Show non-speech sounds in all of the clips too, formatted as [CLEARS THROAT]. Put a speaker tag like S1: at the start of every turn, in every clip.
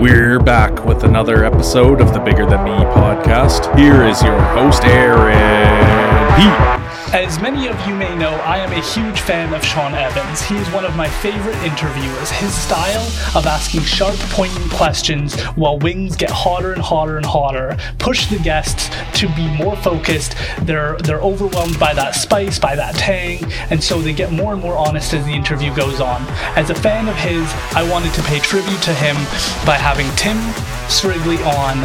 S1: We're back with another episode of the Bigger Than Me podcast. Here is your host, Aaron Pete.
S2: As many of you may know, I am a huge fan of Sean Evans. He is one of my favorite interviewers. His style of asking sharp, poignant questions while wings get hotter and hotter and hotter push the guests to be more focused. They're they're overwhelmed by that spice, by that tang, and so they get more and more honest as the interview goes on. As a fan of his, I wanted to pay tribute to him by having Tim Srigley on,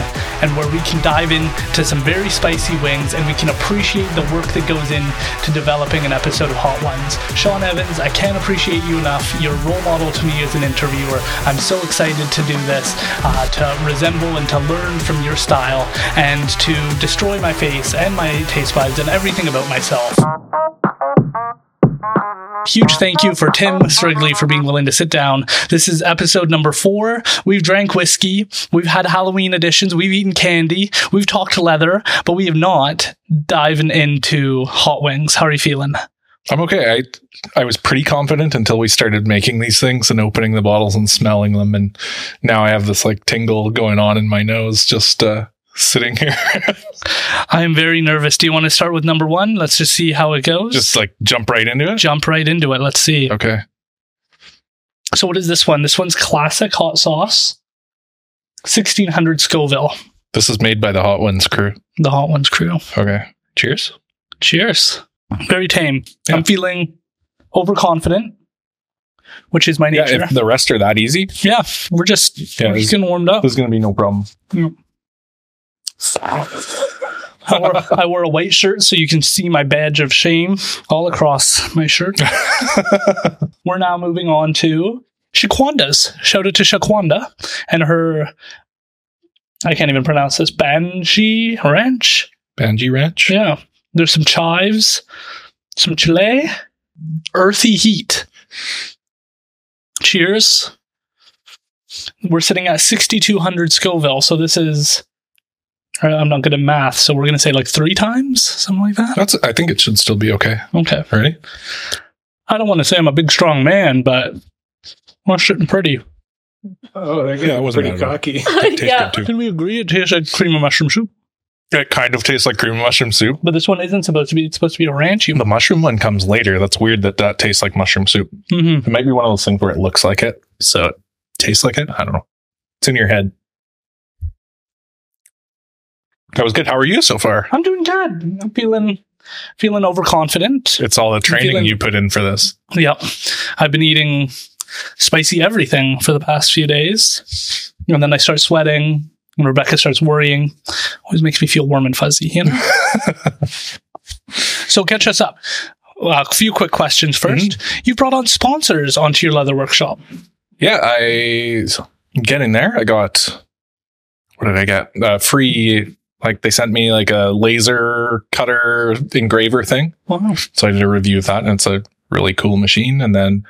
S2: and where we can dive into some very spicy wings and we can appreciate the work that goes in to developing an episode of Hot Ones. Sean Evans, I can't appreciate you enough. You're a role model to me as an interviewer. I'm so excited to do this, uh, to resemble and to learn from your style, and to destroy my face and my taste buds and everything about myself. Huge thank you for Tim Srigley for being willing to sit down. This is episode number four. We've drank whiskey. We've had Halloween editions. We've eaten candy. We've talked leather, but we have not diving into hot wings. How are you feeling?
S1: I'm okay. I I was pretty confident until we started making these things and opening the bottles and smelling them, and now I have this like tingle going on in my nose just uh, sitting here. [LAUGHS]
S2: I am very nervous. Do you want to start with number one? Let's just see how it goes.
S1: just like jump right into it.
S2: jump right into it. Let's see.
S1: Okay,
S2: So what is this one? This one's classic hot sauce. 1600 Scoville,
S1: this is made by the Hot Ones crew.
S2: the hot ones crew.
S1: Okay, cheers.
S2: Cheers. Very tame.
S1: Yeah.
S2: I'm feeling overconfident, which is my
S1: Yeah,
S2: nature. Yeah,
S1: if
S2: [LAUGHS]
S1: the rest are that easy,
S2: we're just,
S1: Yeah,
S2: we're
S1: it's-
S2: just getting warmed up.
S1: there's gonna be no problem.
S2: I wore, I wore a white shirt so you can see my badge of shame all across
S1: [LAUGHS]
S2: my shirt. we're now moving on to Shaquanda's. Shout out to Shaquanda and her, I can't even pronounce this, Banshee Ranch.
S1: Banji Ranch.
S2: Yeah. There's some chives, some chile, earthy heat. Cheers. We're sitting at 6,200 Scoville. So this is, I- I'm not good at math. So we're going to say like three times, something like that.
S1: That's. I think it should still be okay.
S2: Okay.
S1: [LAUGHS] Ready?
S2: I don't want to say I'm a big, strong man, but I'm shitting pretty.
S3: Oh, that
S1: Yeah, it
S3: guy was
S1: wasn't
S3: pretty
S1: bad at all.
S3: cocky. [LAUGHS]
S1: It tastes
S4: yeah.
S1: good too.
S2: Can we agree it tastes like cream of mushroom soup?
S1: It kind of tastes like cream mushroom soup.
S2: But this one isn't supposed to be. It's supposed to be a ranchy.
S1: The mushroom one comes later. That's weird that that tastes like mushroom soup.
S2: hmm
S1: It might be one of those things where it looks like it, so it tastes like it. I don't know. It's in your head. That was good. How are you so far?
S2: I'm doing good. I'm feeling, feeling overconfident.
S1: It's all the training
S2: feeling-
S1: you put in for this.
S2: Yep. I've been eating spicy everything for the past few days. And then I start sweating and Rebecca starts worrying. Always makes me feel warm and fuzzy,
S1: [LAUGHS]
S2: you know? so catch us up. Uh, a few quick questions
S1: Mm-hmm.
S2: 1st You brought on sponsors onto your leather workshop.
S1: Yeah, I get in there. I got what did I get? Uh, free. Like they sent me like a laser cutter engraver thing.
S2: Wow.
S1: So I did a review of that, and it's a really cool machine. And then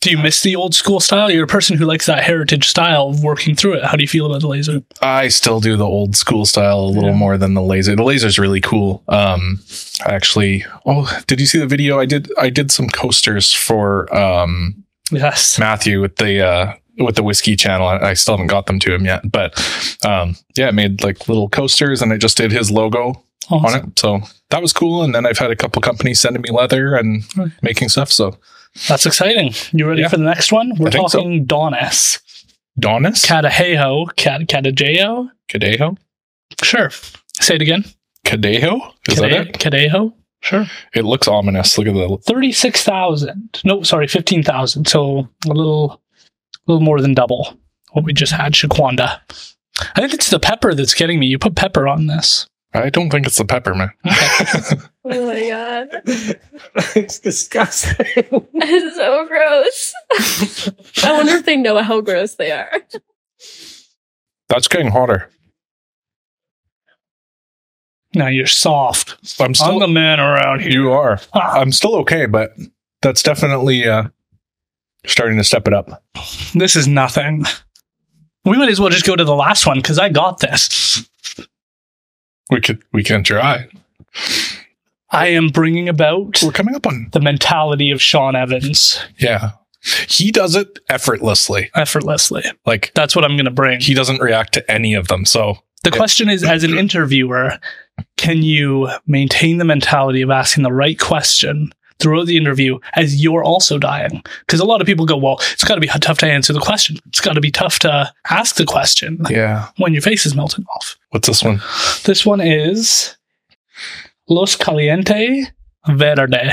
S2: Do you miss the old school style? You're a person who likes that heritage style of working through it. How do you feel about the laser?
S1: I still do the old school style a little
S2: Yeah.
S1: more than the laser. The laser's really cool. Um, I actually, oh, did you see the video? I did. I did some coasters for um,
S2: Yes.
S1: Matthew with the uh, with the whiskey channel. I, I still haven't got them to him yet, but um, yeah, I made like little coasters, and I just did his logo
S2: Awesome.
S1: on it. So that was cool. And then I've had a couple companies sending me leather and
S2: Right.
S1: making stuff. So
S2: That's exciting. You ready
S1: Yeah.
S2: for the next one? We're
S1: I think so.
S2: talking Donis.
S1: Donis
S2: Catahejo, Cat Catajejo.
S1: Cadejo
S2: Sure. Say it again.
S1: Cadejo is that
S2: Cade-
S1: it?
S2: Cadejo. Sure.
S1: It looks ominous. Look at the
S2: 36,000. No, sorry, 15,000. So a little a little more than double what we just had, Shaquanda. I think it's the pepper that's getting me. You put pepper on this.
S1: I don't think it's the peppermint.
S4: Oh my god. [LAUGHS]
S3: it's disgusting.
S4: It's so gross. I wonder if they know how gross they are.
S1: That's getting hotter.
S2: Now you're soft.
S1: I'm
S2: I'm
S1: still
S2: the man around here.
S1: you are.
S2: Ah,
S1: I'm still okay, but that's definitely uh starting to step it up.
S2: this is nothing. We might as well just go to the last one because I got this.
S1: We could we can try.
S2: I am bringing about
S1: We're coming up on
S2: the mentality of Sean Evans.
S1: yeah.
S5: He does it effortlessly.
S2: effortlessly.
S5: Like
S2: That's what I'm going to bring.
S5: he doesn't react to any of them. So
S2: The question is as an interviewer, can you maintain the mentality of asking the right question throughout the interview as you're also dying? Because a lot of people go, well, it's got to be tough to answer the question. It's got to be tough to ask the question
S5: yeah.
S2: when your face is melting off.
S5: What's this one?
S2: This one is Los Caliente Verde.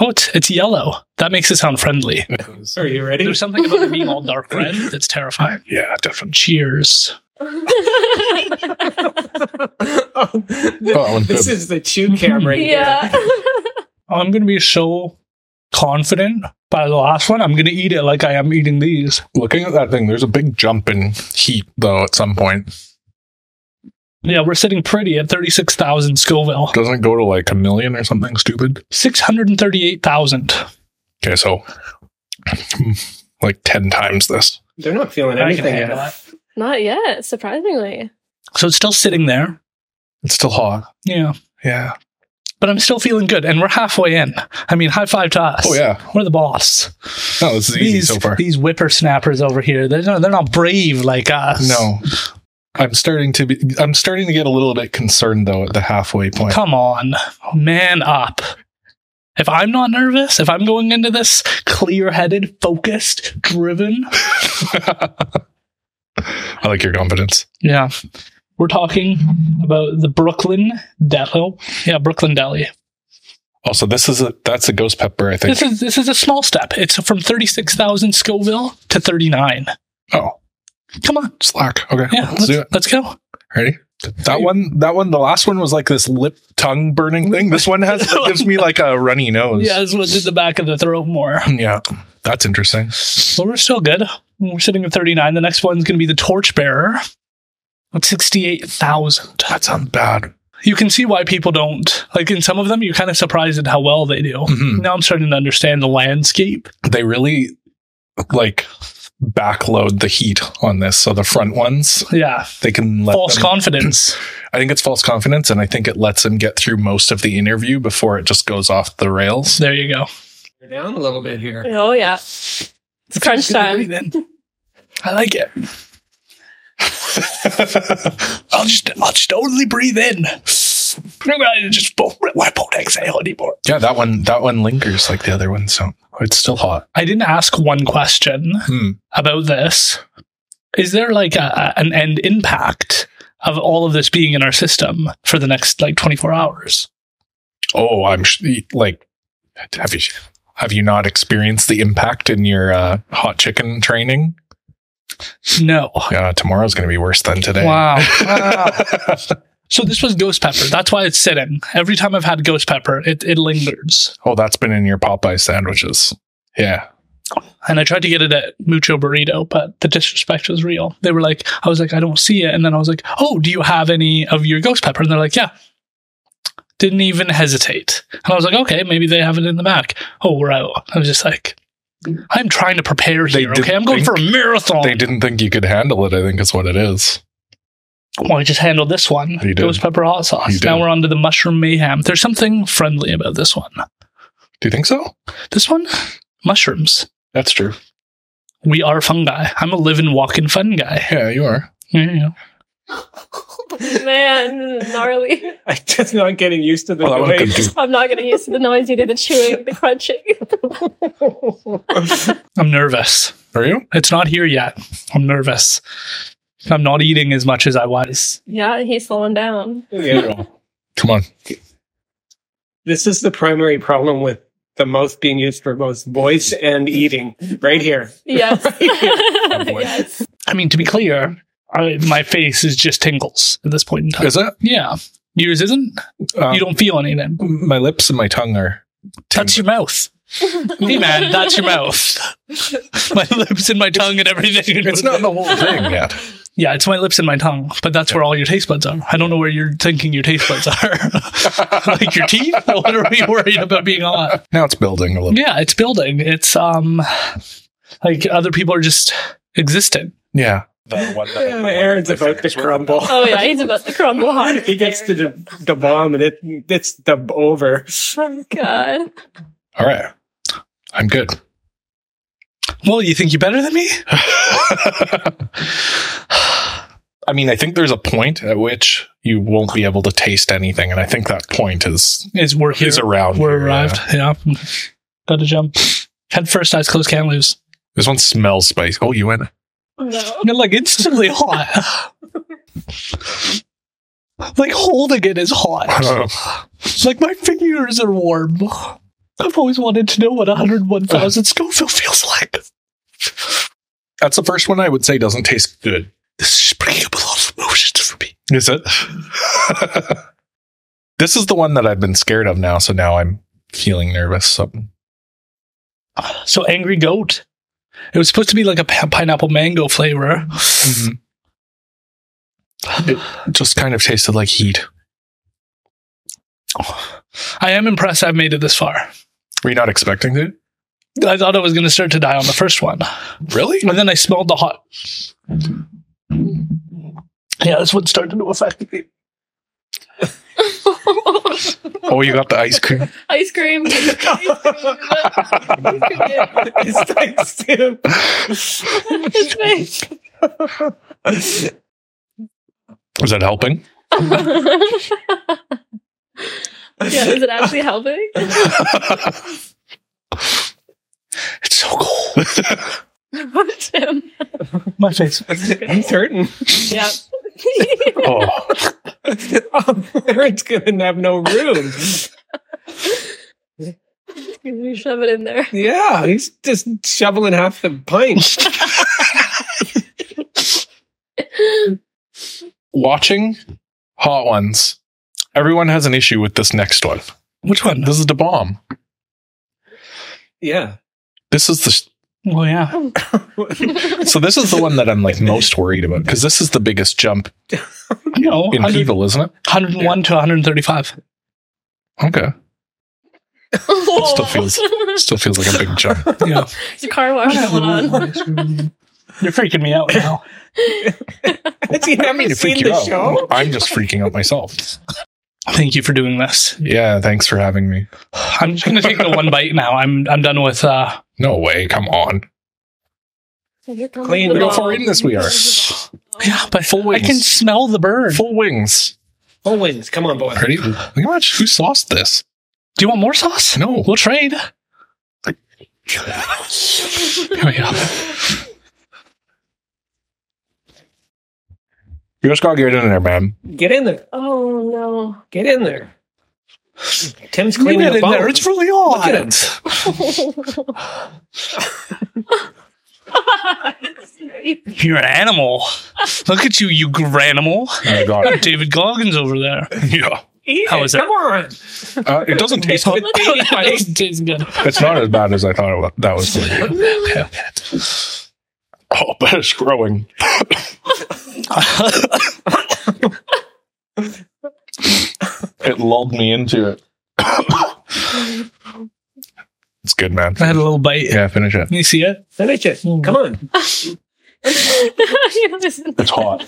S2: Oh, it's, it's yellow. That makes it sound friendly.
S3: [LAUGHS] Are you ready?
S2: There's something about it being all dark red that's terrifying.
S5: yeah, definitely.
S2: Cheers.
S3: [LAUGHS] oh,
S5: Oh, and
S3: this
S5: good.
S3: is the chew camera. here.
S4: yeah.
S2: I'm gonna be so confident by the last one. I'm gonna eat it like I am eating these.
S5: Looking at that thing, there's a big jump in heat though. At some point,
S2: Yeah, we're sitting pretty at 36,000 Scoville.
S5: doesn't it go to like a million or something stupid?
S2: 638,000.
S5: Okay, so hmm, like ten times this.
S3: They're not feeling
S2: I can
S3: anything
S2: handle
S3: yet.
S2: that.
S4: [LAUGHS] Not yet, surprisingly.
S2: So it's still sitting there.
S5: It's still hot.
S2: Yeah.
S5: Yeah.
S2: But I'm still feeling good. And we're halfway in. I mean, high five to us.
S5: Oh yeah.
S2: We're the boss.
S5: No, this is easy
S2: these,
S5: so far.
S2: These whippersnappers over here, they're not, they're not brave like us.
S5: No. I'm starting to be I'm starting to get a little bit concerned though at the halfway point.
S2: Come on. Man up. If I'm not nervous, if I'm going into this clear headed, focused, driven,
S5: [LAUGHS] I like your confidence.
S2: Yeah. We're talking about the Brooklyn Deli. Yeah, Brooklyn Deli.
S5: Also, this is a that's a ghost pepper, I think.
S2: This is this is a small step. It's from 36,000 Scoville to 39.
S5: oh,
S2: Come on.
S5: slack. Okay.
S2: Yeah,
S5: let's,
S2: let's,
S5: do it.
S2: let's go.
S5: Ready? That one that one the last one was like this lip tongue burning thing. This
S2: [LAUGHS]
S5: one has gives me like a runny nose.
S2: Yeah, this is what did the back of the throat more.
S5: [CLEARS THROAT] Yeah. That's interesting.
S2: But we're still good. We're sitting at 39. The next one's going to be the Torchbearer at 68,000.
S5: That sounds bad.
S2: You can see why people don't. Like in some of them, you're kind of surprised at how well they do.
S5: Mhm.
S2: Now I'm starting to understand the landscape.
S5: They really like backload the heat on this. So the front ones,
S2: Yeah.
S5: they can let
S2: False
S5: them-
S2: confidence.
S5: I think it's false confidence, and I think it lets him get through most of the interview before it just goes off the [LAUGHS] rails.
S2: There you go.
S3: You're down a little bit here.
S4: Oh yeah. It's crunch time.
S2: I like it. I'll just I'll just only breathe in. [LAUGHS] I just won't, I won't exhale anymore.
S5: yeah, that one that one lingers like the other one, so it's still hot.
S2: I didn't ask one question
S5: Hmm.
S2: about this. Is there like a, a- an end impact of all of this being in our system for the next like 24 hours?
S5: Oh, I'm sh- like, have you have you not experienced the impact in your uh, hot chicken training?
S2: No.
S5: Uh, tomorrow's going to be worse than today.
S2: Wow. so this was ghost pepper. That's why it's sitting. Every time I've had ghost pepper, it, it lingers.
S5: [LAUGHS] oh, that's been in your Popeye sandwiches. Yeah.
S2: And I tried to get it at Mucho Burrito, but the disrespect was real. They were like, I was like, I don't see it. And then I was like, Oh, do you have any of your ghost pepper? And they're like, Yeah. Didn't even hesitate. And I was like, Okay, maybe they have it in the back. Oh, we're out. I was just like, I'm trying to prepare
S5: They
S2: here.
S5: didn't
S2: Okay, I'm going
S5: think-
S2: for a marathon.
S5: They didn't think you could handle it, I think is what it is.
S2: Well, I just handled this one.
S5: You did.
S2: Ghost pepper hot
S5: You
S2: sauce.
S5: did.
S2: Now we're on to the mushroom mayhem. There's something friendly about this one.
S5: Do you think so?
S2: This one, mushrooms.
S5: That's true.
S2: We are fungi. I'm a living, walking fun guy.
S5: Yeah, you are.
S2: Yeah, yeah.
S4: Man, this is gnarly.
S3: [LAUGHS] I'm just not getting used to the
S5: Well, that one
S3: way.
S5: could do
S4: I'm not getting used to the noise you did, the chewing, the crunching.
S2: I'm nervous.
S5: Are you?
S2: It's not here yet. I'm nervous. I'm not eating as much as I was.
S4: Yeah, he's slowing down.
S3: [LAUGHS] Yeah.
S5: Come on.
S3: This is the primary problem with the mouth being used for both voice and eating. [LAUGHS] Right Oh, here.
S4: Yes. [LAUGHS]
S5: boy.
S4: yes.
S2: I mean, to be clear, I, my face is just tingles at this point in time.
S5: Is it?
S2: Yeah. Yours isn't?
S5: Um,
S2: you don't feel anything.
S5: my lips and my tongue are
S2: That's your mouth. hey, man, that's your mouth. my lips and my tongue and everything.
S5: it's not the whole [LAUGHS] thing yet
S2: Yeah, it's my lips and my tongue, but that's where all your taste buds are. I don't know where you're thinking your taste buds are. [LAUGHS] like your teeth? What are we worried about being on?
S5: now it's building a little
S2: Yeah, it's building. It's um like other people are just existent.
S5: yeah
S3: [LAUGHS] Yeah, Aaron's about to crumble.
S4: Oh yeah, he's about to crumble hard.
S3: [LAUGHS] He gets to the, the bomb and it, it's the over. [LAUGHS]
S4: Oh, God.
S5: all right i'm good [LAUGHS]
S2: Well, you think you're better than me?
S5: I mean, I think there's a point at which you won't be able to taste anything, and I think that point is
S2: Is we're here.
S5: is around.
S2: we're
S5: here,
S2: arrived.
S5: yeah.
S2: Yeah. Got to jump. Head first, eyes closed, can't lose.
S5: This one smells spicy. Oh, you
S2: [LAUGHS]
S5: went. [LAUGHS]
S4: No. [LAUGHS]
S2: No, like instantly hot. [LAUGHS] like holding it is
S5: [LAUGHS]
S2: hot. like my fingers are warm. I've always wanted to know what 101,000 Scoville feels like.
S5: That's the first one I would say doesn't taste good.
S2: This is bringing up a lot of emotions for me.
S5: Is it? [LAUGHS] this is the one that I've been scared of now, so now I'm feeling nervous. So
S2: So angry goat. It was supposed to be like a pi- pineapple mango flavor.
S5: Mm-hmm. it just kind of tasted like heat.
S2: I am impressed I've made it this far.
S5: Were you not expecting it?
S2: I thought I was going to start to die on the first one.
S5: Really?
S2: And then I smelled the hot. Yeah, this one started to affect me.
S5: Oh, you got the ice cream.
S3: [LAUGHS]
S4: Ice cream. Ice cream.
S3: It's [LAUGHS] thanks to
S4: It's me.
S5: Is that [LAUGHS] helping?
S4: [LAUGHS] yeah, is it actually [LAUGHS] helping?
S2: It's so cold.
S4: Tim.
S2: My face.
S3: I'm certain.
S4: Yeah.
S5: [LAUGHS] Oh,
S3: Um, Aaron's gonna have no room.
S4: [LAUGHS] you shove it in there.
S3: Yeah, he's just shoveling half the pint.
S5: watching hot ones. Everyone has an issue with this next one.
S2: Which one?
S5: This is the bomb.
S3: Yeah.
S5: This is the
S2: Well, yeah.
S5: so this is the one that I'm like most worried about because this is the biggest jump
S2: You know,
S5: in
S2: 100
S5: people, isn't it?
S2: 101 to 135.
S5: Okay,
S4: Still
S5: feels- still feels like a big jump.
S2: Yeah.
S4: Your car wash going on.
S2: You're freaking me out now.
S3: Has he never
S5: to
S3: seen
S5: freak you
S3: the
S5: out.
S3: show?
S5: I'm just freaking out myself.
S2: Thank you for doing this.
S5: Yeah, thanks for having me.
S2: I'm just going to take the one bite now. I'm I'm done with uh
S5: No way, come on.
S3: Clean.
S4: The
S3: Look
S5: Look
S3: how
S5: how
S4: bomb.
S5: far in this we are.
S2: yeah, but
S5: Full
S2: I
S5: wings.
S2: can smell the bird.
S5: Full wings.
S3: Oh, wings. Come on, boy.
S5: Pretty. Look how much. Who sauced this?
S2: Do you want more sauce?
S5: No.
S2: We'll trade. Hurry up.
S5: You just gotta get in there, man.
S3: Get in there.
S4: [LAUGHS] Oh [LAUGHS] no.
S3: Get in there. Tim's
S2: Leave
S3: cleaning
S2: it
S3: the
S2: in there. It's
S3: bones.
S2: really hot.
S3: Look at
S2: You're an [LAUGHS] animal. Look at you, you granimal.
S5: Oh, God.
S2: David Goggins over there.
S5: [LAUGHS] yeah.
S3: Eat
S2: How
S3: it.
S2: is it?
S3: Come on.
S5: Uh, it
S2: [LAUGHS]
S5: doesn't taste.
S3: It's baby bites.
S2: tastes good.
S5: It's not as bad as I thought it was. That was. Pretty Oh, but it's growing. It lulled me into it. it's good, man.
S2: I had a little bite.
S5: Yeah, finish it.
S2: You see it?
S3: Finish it. Come on.
S5: It's hot.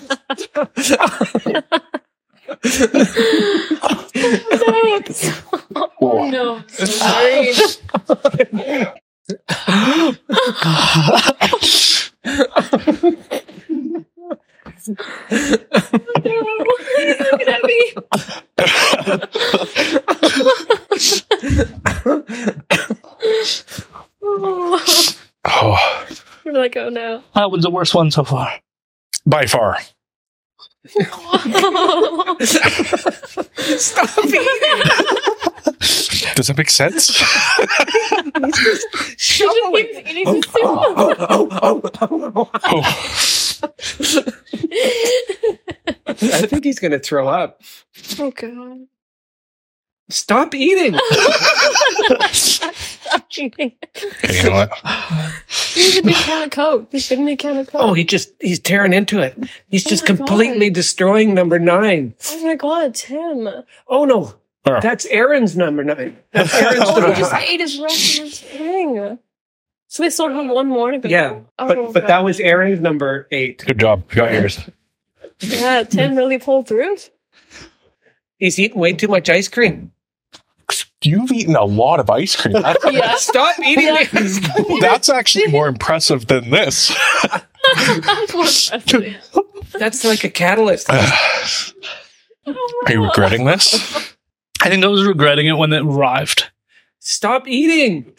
S4: Oh no. Sorry. Please look at me. Oh,
S5: Oh,
S4: Where did I go now?
S2: That one's the worst one so far.
S5: by far.
S3: Stop [LAUGHS] eating.
S5: Does that make sense?
S4: [LAUGHS] She just keeps eating soup.
S3: Oh, oh, oh, oh, oh.
S5: Oh,
S3: I think he's gonna throw up.
S4: [LAUGHS] Oh god.
S3: Stop eating.
S4: Stop cheating.
S5: okay, you know what?
S4: He's a big can of Coke. He's getting a can of Coke.
S3: Oh, he just he's tearing into it. He's
S4: Oh
S3: just
S4: my
S3: completely destroying number nine.
S4: Oh my god, Tim.
S3: Oh no.
S5: Oh.
S3: That's Aaron's number nine. [LAUGHS] That's Aaron's
S4: Oh,
S3: number
S4: he just
S3: nine.
S4: ate his rest of his thing. So they sold him one more. ago?
S3: Yeah,
S4: Oh,
S3: But but that was Aaron's number eight.
S5: Good job. You got yours.
S4: God. Yeah, Tim really pulled through.
S3: He's eating way too much ice cream.
S5: You've eaten a lot of ice cream. That-
S4: [LAUGHS] Yeah.
S3: Stop eating
S4: Yeah.
S3: these.
S5: That's actually more impressive than this.
S4: Are
S3: That's like a catalyst.
S5: Are you regretting this?
S2: I think I was regretting it when it [LAUGHS] arrived.
S3: Stop eating.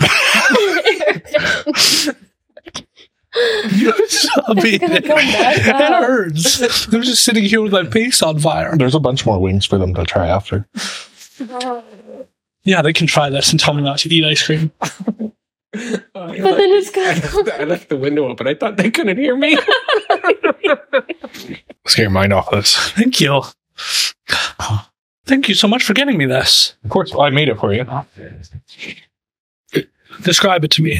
S2: Stop
S4: It's gonna come back
S2: It
S4: up.
S2: hurts. I'm just sitting here with my face on fire.
S5: There's a bunch more wings for them to try after.
S2: Yeah, they can try this and tell me not to eat ice cream.
S4: But then it's
S3: Uh, I
S4: gonna
S3: left, I left the window open. I thought they couldn't hear
S4: [LAUGHS]
S3: me.
S5: Let's get your mind off this.
S2: Thank you. Thank you so much for getting me this.
S5: Of course, I made it for you.
S2: Describe it to me.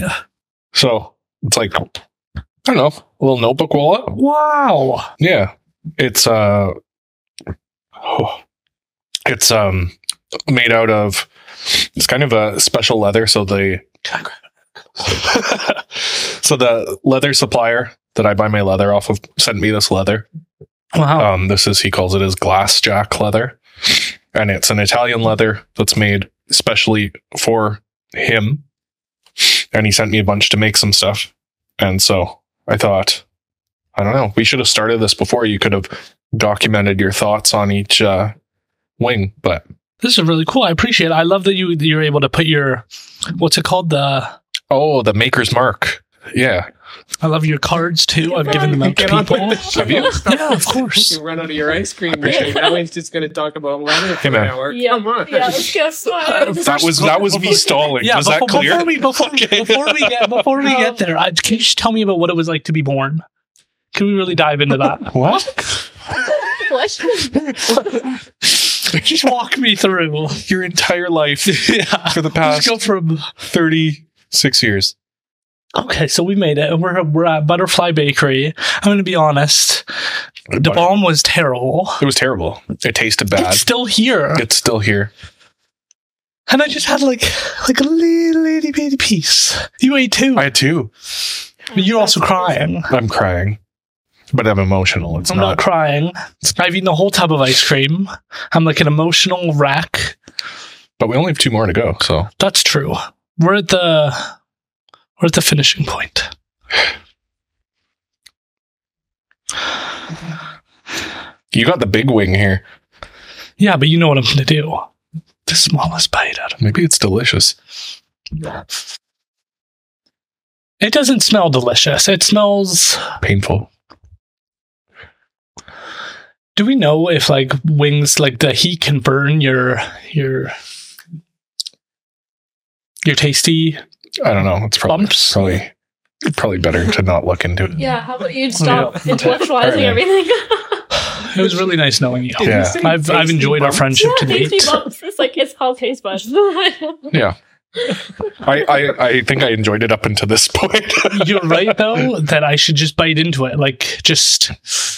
S5: So it's like, I don't know, a little notebook wallet.
S2: Wow.
S5: Yeah. It's uh [SIGHS] oh, it's um made out of it's kind of a special leather, so the [LAUGHS] so the leather supplier that I buy my leather off of sent me this leather.
S2: Wow.
S5: Um this is he calls it his glass jack leather. And it's an Italian leather that's made specially for him. And he sent me a bunch to make some stuff. And so I thought, I don't know. We should have started this before. You could have documented your thoughts on each uh, wing, but
S2: This is really cool. I appreciate it. I love that you that you're able to put your what's it called? The
S5: oh, the maker's mark. Yeah,
S2: I love your cards too. I've given them out to
S3: Get on
S2: people.
S3: with the
S5: Have
S2: [LAUGHS]
S5: you?
S3: show.
S2: Yeah, of course.
S3: You run out of your ice cream.
S4: [LAUGHS]
S5: appreciate
S3: machine. Now he's just going to talk about leather for
S5: Hey,
S3: an
S5: man.
S3: hour.
S4: Yeah.
S3: Come on.
S4: Yeah, let's go.
S5: that was that was me stalling.
S2: Yeah,
S5: was that
S2: before,
S5: clear?
S2: before we
S5: [LAUGHS]
S2: before, before we get before we get there, I, can you just tell me about what it was like to be born? Can we really dive into
S5: [LAUGHS]
S2: that?
S5: what?
S2: just walk me through.
S5: Your entire life
S2: [LAUGHS] yeah.
S5: for the
S2: Let's
S5: past
S2: go from
S5: thirty six years.
S2: Okay, so we made it. We're we're at Butterfly Bakery. I'm going to be honest. The
S5: But
S2: bomb was terrible.
S5: it was terrible. It tasted bad.
S2: It's still here,
S5: It's still here.
S2: and I just had like like a little itty bitty piece. You ate too.
S5: I had two.
S2: but you're also crying.
S5: I'm crying, but I'm emotional. It's
S2: I'm not
S5: not.
S2: crying. I've eaten a whole tub of ice cream. I'm like an emotional wreck.
S5: but we only have two more to go. So
S2: That's true. We're at the we're at the finishing point.
S5: you got the big wing here.
S2: Yeah, but you know what I'm going to do. The smallest bite out of
S5: Maybe it's delicious.
S2: it doesn't smell delicious. It smells
S5: Painful.
S2: Do we know if like wings like the heat can burn your your your tasty
S5: I don't know. It's probably
S2: bumps?
S5: probably probably better to not look into it.
S4: Yeah, how about
S3: Oh,
S4: you stop
S2: Yeah.
S4: intellectualizing
S5: Alright.
S4: everything?
S2: It was really nice knowing you.
S5: Yeah.
S2: I've I've enjoyed our friendship to
S4: Tasty
S2: date.
S4: bumps. It's like it's called taste buds. [LAUGHS]
S5: Yeah. I, I I think I enjoyed it up until this [LAUGHS] point.
S2: [LAUGHS] You're right though that I should just bite into it. Like just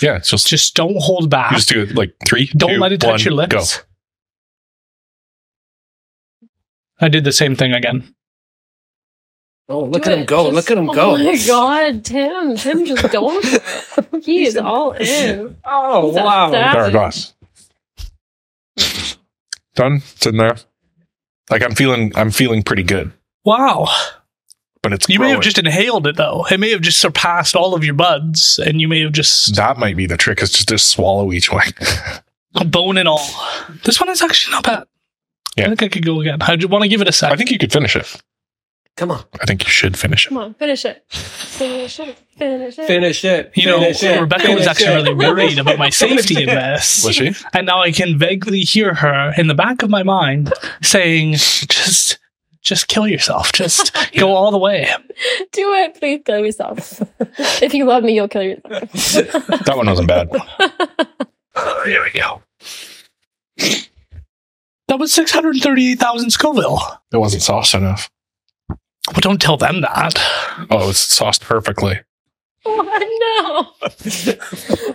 S5: yeah, it's just,
S2: just don't hold back.
S5: you just do it like three.
S2: don't
S5: two,
S2: let it touch
S5: one,
S2: your lips.
S5: Go.
S2: I did the same thing again.
S3: Oh, look
S4: Do
S3: at him
S4: it.
S3: go.
S4: Just-
S3: look at him go. [LAUGHS]
S4: Oh my god, Tim. Tim just going for it. He is all in.
S3: Oh,
S4: He's
S3: wow.
S4: upset.
S5: There, guys. Done. It's in there. Like I'm feeling I'm feeling pretty good,
S2: Wow.
S5: but it's
S2: You may have
S5: growing.
S2: just inhaled it though. It may have just surpassed all of your buds and you may have just
S5: that might be the trick is just to swallow each [LAUGHS] wing.
S2: a bone and all. This one is actually not bad.
S5: Yeah.
S2: I think I could go again. I want to give it a
S5: I
S2: second.
S5: think you could finish it.
S3: Come on.
S5: I think you should finish it.
S4: Come on, finish it. Finish it. Finish it.
S3: Finish it.
S2: You know,
S3: Finish it.
S2: Rebecca was
S3: Finish
S2: actually
S3: it.
S2: really worried about
S5: [LAUGHS]
S2: my safety in this.
S5: Was she?
S2: And now I can vaguely hear her in the back of my mind saying, just just kill yourself. [LAUGHS] Just go all the way.
S4: Do it. Please kill
S3: [LAUGHS]
S4: yourself. if you love me, you'll kill yourself.
S5: That one wasn't bad.
S2: There Oh, we go. That was 638,000 Scoville.
S5: It wasn't sauced enough.
S2: Well, don't tell them that.
S5: Oh, it was sauced perfectly.
S3: [LAUGHS]
S4: Oh, no.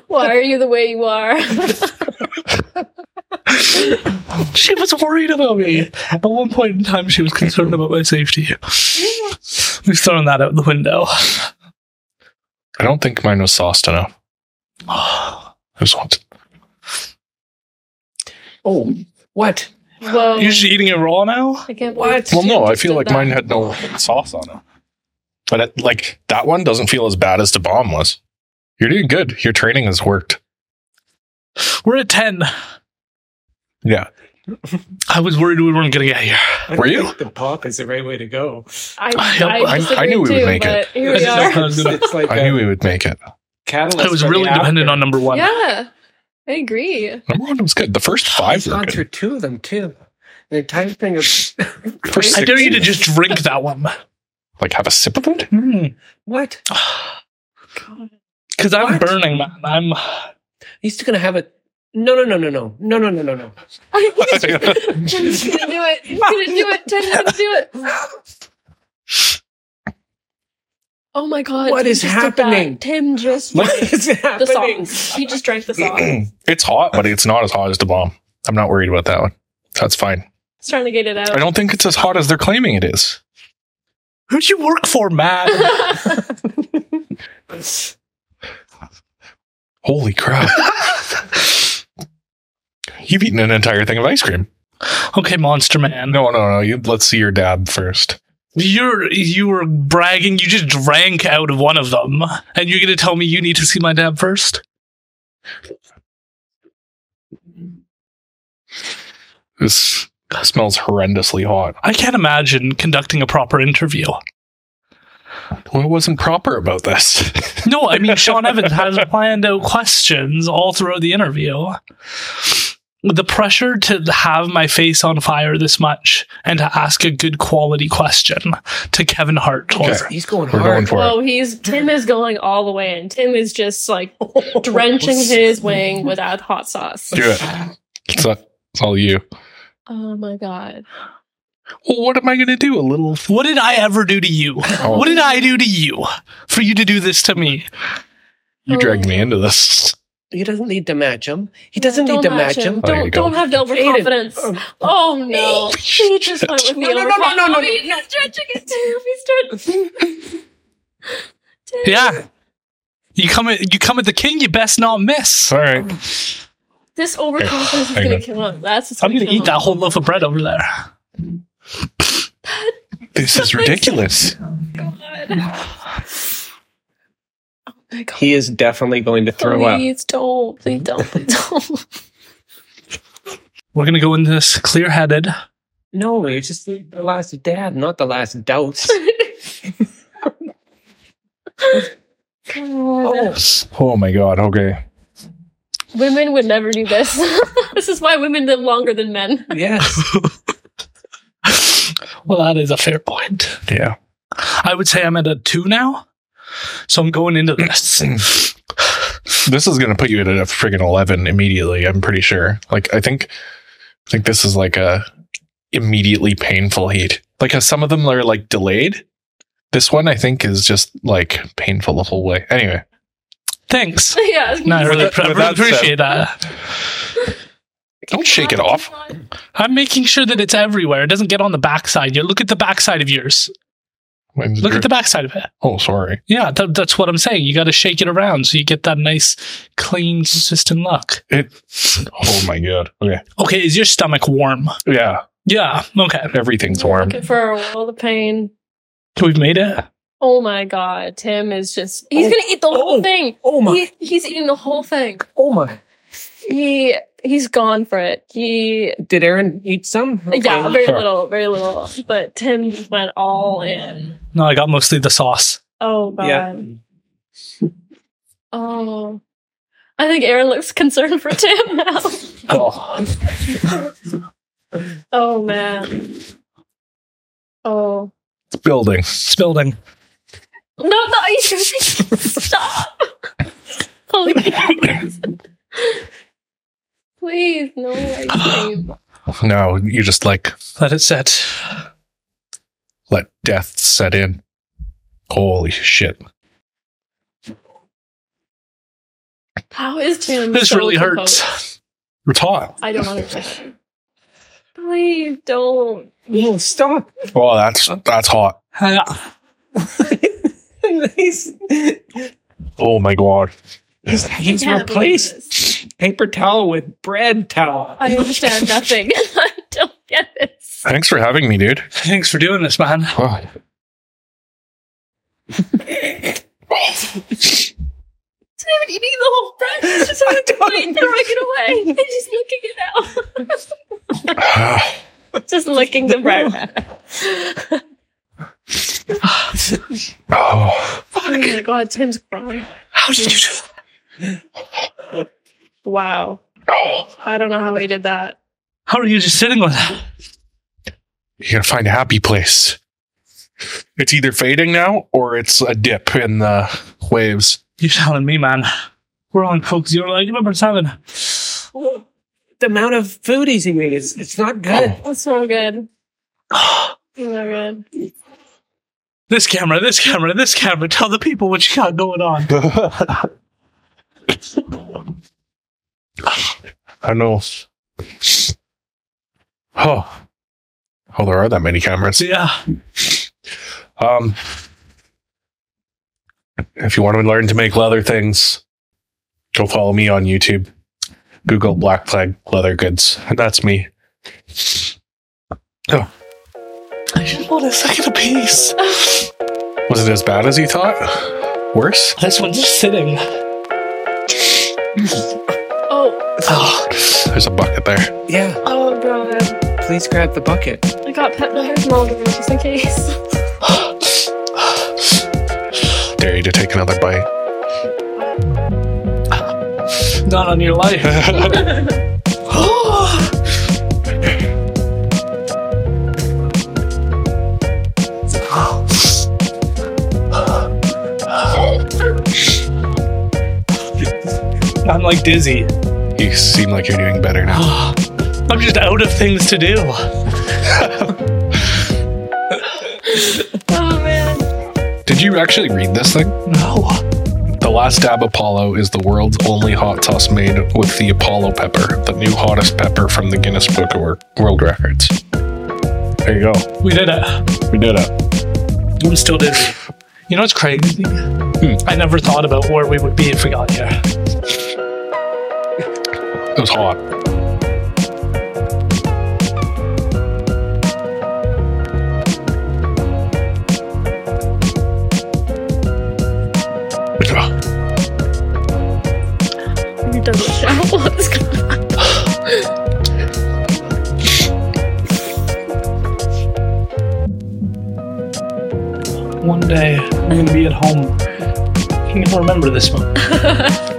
S4: Why are you the way you are?
S2: She was worried about me. At one point in time, she was concerned about my safety. We've thrown that out the window.
S5: I don't think mine was sauced enough.
S2: Oh,
S5: It was
S3: Oh, what?
S4: Whoa.
S2: You're just eating it raw now?
S4: I can't
S6: What?
S5: Well,
S4: believe
S5: no,
S4: you
S5: I
S4: just
S5: feel
S4: did
S5: like
S4: that.
S5: mine had no sauce on it. But it, like that one doesn't feel as bad as the bomb was. You're doing good. Your training has worked.
S2: We're at 10.
S5: Yeah.
S2: I was worried we weren't going to get here.
S3: I
S5: Were
S3: don't
S5: you?
S3: think The pop is the right way to go.
S4: I,
S2: I-
S4: I,
S5: [LAUGHS] I- I knew we would
S4: too,
S5: make
S4: but
S5: it.
S4: Here
S2: I
S4: we
S2: just
S4: are.
S2: don't know.
S3: It's, [LAUGHS] it's like
S5: I
S3: a
S5: knew we would make it.
S3: catalyst.
S2: It was
S3: for the
S2: really dependent
S3: after.
S2: on number one.
S4: Yeah, I agree.
S5: Number one was good. The first
S3: I've
S5: five were
S3: gone
S5: good.
S3: through two of them too. The entire thing is
S5: First
S2: I
S5: six,
S2: dare you to just drink that one.
S5: like have a sip of it. [LAUGHS]
S2: Because
S3: what?
S2: I'm
S3: What?
S2: burning, man. I'm.
S3: He's gonna have a no, no, no, no, no, no, no, no, no, no. [LAUGHS]
S4: He's gonna do it. He's gonna do it. Teddy's gonna do it. Oh my god!
S3: What
S4: he
S3: is
S4: just did that.
S3: happening?
S4: Tim just
S3: What
S4: drank
S3: is
S4: the
S3: happening?
S4: sauce. He just drank
S3: [CLEARS THROAT]
S4: the sauce.
S5: it's hot, but it's not as hot as the bomb. I'm not worried about that one. That's fine.
S4: He's trying to get it
S5: I
S4: out.
S5: don't think it's as hot as they're claiming it is.
S2: Who'd you work for, man?
S5: Holy crap! You've eaten an entire thing of ice cream.
S2: [LAUGHS] okay, Monster Man.
S5: No, no, no. You, let's see your dab first.
S2: You're you were bragging. You just drank out of one of them, and you're gonna tell me you need to see my dab first.
S5: This smells horrendously hot.
S2: I can't imagine conducting a proper interview.
S5: What wasn't proper about this?
S2: No, I mean Sean Evans has planned out questions all throughout the interview. The pressure to have my face on fire this much and to ask a good quality question to Kevin Hart was
S5: Okay.
S3: He's going
S5: We're going
S3: hard.
S5: for it.
S4: Oh, he's Tim is going all the way in. Tim is
S3: [LAUGHS]
S4: just like drenching his wing with that hot sauce.
S5: Do it. It's, not- it's all you.
S4: Oh my god!
S5: Well, what am I going to do? A little.
S2: What did I ever do to you?
S5: Oh.
S2: What did I do to you for you to do this to me?
S5: You dragged me into this.
S3: He doesn't need to match him. He doesn't
S4: Don't
S3: need to
S4: match
S3: match him.
S5: There you
S4: Don't don't
S5: go.
S4: have the
S3: Aiden.
S4: overconfidence. Oh
S3: [LAUGHS]
S4: no! He just went with the
S3: No, no, no, no,
S4: overconfidence.
S3: no, no,
S4: Oh, He's not stretching his tube. He's stretching. Tim.
S2: Yeah. You come at you come at the king, you best not miss.
S5: All right.
S4: This overconfidence
S5: [SIGHS]
S4: is
S5: Hang
S4: gonna
S5: on.
S4: kill him. That's what's
S2: I'm gonna
S4: gonna kill
S2: eat that whole loaf of bread over there.
S5: This is ridiculous.
S4: him. God. [SIGHS] Oh my god!
S3: He is definitely going to throw up.
S4: Please don't. Please
S5: [LAUGHS]
S4: don't. Please don't.
S2: We're gonna go in this clear headed.
S3: No, it's just the the last dab, not the last
S4: [LAUGHS]
S3: douse.
S4: God.
S5: Oh my god. Okay.
S4: [LAUGHS] Women would never do this. [LAUGHS] this is why women live longer than men. [LAUGHS]
S3: yes.
S2: [LAUGHS] Well, that is a fair point.
S5: Yeah.
S2: I would say I'm at a two now. So I'm going into
S5: [CLEARS THROAT]
S2: this.
S5: This is going to put you at a friggin' 11 immediately, I'm pretty sure. Like I think I think this is like a immediately painful heat. Like how some of them are like delayed. This one I think is just like painful the whole way. Anyway,
S2: Thanks.
S4: yeah.
S2: No, I really,
S5: With that-
S2: I really
S5: with that said-
S2: appreciate that.
S5: don't shake it off.
S2: I'm making sure that it's everywhere. It doesn't get on the backside. You look at the backside of yours. Look at the backside of it.
S5: Oh, sorry.
S2: Yeah, that, that's what I'm saying. You got to shake it around so you get that nice, clean, consistent look.
S5: It Oh my god. Okay.
S2: Okay, is your stomach warm?
S5: Yeah,
S2: Yeah. Okay.
S5: everything's warm.
S4: Looking for a world of pain.
S2: We've made it.
S4: Oh my god, Tim is just he's
S3: Oh,
S4: gonna eat the whole
S3: oh,
S4: thing.
S3: Oh my.
S4: He, he's eating the whole thing.
S3: Oh my.
S4: He he's gone for it. He
S3: Did Aaron eat some?
S4: yeah,
S3: Okay.
S4: very
S5: Sure.
S4: little, very little. But Tim went all in.
S2: No, I got mostly the sauce.
S4: Oh god.
S3: Yeah.
S4: Oh. I think Aaron looks concerned for
S2: [LAUGHS]
S4: Tim now.
S2: Oh.
S4: Oh man. Oh.
S5: It's building.
S2: It's building.
S4: No, no,
S2: [LAUGHS]
S4: you stop. Holy please. please, no ice cream.
S5: No, you just like
S2: Let it set.
S5: let death set in. Holy shit.
S4: How is Tim?
S2: This
S4: so
S2: really hurts.
S4: composed?
S5: It's hot.
S4: I don't understand. Please don't.
S3: Oh, stop.
S5: Oh, that's that's hot.
S2: Yeah.
S3: he's
S5: Oh my god.
S3: he's, he's
S4: Can't believe
S3: replaced
S4: this.
S3: paper towel with bread towel. [LAUGHS]
S4: I understand nothing. [LAUGHS] I don't get this.
S5: Thanks for having me, dude.
S2: Thanks for doing this, man.
S5: [SIGHS] Wow.
S4: It's not even eating the whole bread.
S3: [LAUGHS]
S4: It's just having to wait and throwing it away. And just looking it out.
S5: Ah.
S3: [LAUGHS]
S4: just licking the bread.
S5: oh,
S4: oh my god, Tim's crying.
S2: How did you do that?
S4: Wow.
S5: Oh.
S4: I don't know how he did that.
S2: How are you just sitting with that?
S5: you gotta find a happy place. It's either fading now or it's a dip in the waves.
S2: You're telling me, man. We're on Coke Zero, like number seven.
S3: The amount of food he's eating is it's not good.
S4: That's
S3: [GASPS]
S4: so good. so good.
S2: This camera, this camera, this camera. Tell the people what you got going on.
S5: I know. Oh, oh, there are that many cameras.
S2: So, yeah.
S5: Um, if you want to learn to make leather things, go follow me on YouTube. Google Black Flag Leather Goods. And that's me.
S2: I just want a second apiece.
S5: Was it as bad as you thought? Worse?
S2: This one's just sitting.
S4: Oh,
S2: Oh,
S5: There's a bucket there.
S3: Yeah,
S4: oh god.
S3: please grab the bucket.
S4: I got pet bears molded just in case. [LAUGHS]
S5: Dare you to take another bite.
S2: not on your life. I'm like dizzy.
S5: You seem like you're doing better now.
S2: I'm just out of things to do.
S4: Oh man.
S5: [GASPS] Did you actually read this thing?
S2: No.
S5: The Last Dab Apollo is the world's only hot sauce made with the Apollo pepper, the new hottest pepper from the Guinness Book of Wor- World Records. There you go.
S2: We did it.
S5: We did it.
S2: I'm still dizzy. You know what's crazy? I never thought about where we would be if we got here.
S5: It was hot. Ugh.
S4: He doesn't show [LAUGHS] what's going on.
S2: One day, I'm gonna be at home. I'm gonna remember this one.